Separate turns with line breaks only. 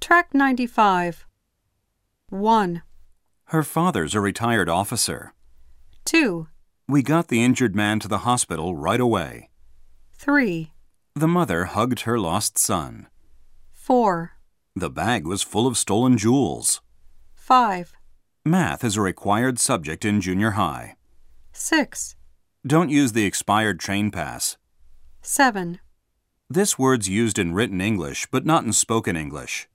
Track 95. 1,
Her father's a retired officer.
2,
We got the injured man to the hospital right away.
3,
The mother hugged her lost son.
4,
The bag was full of stolen jewels.
5,
Math is a required subject in junior high.
6,
Don't use the expired train pass.
7.
This word's used in written English, but not in spoken English.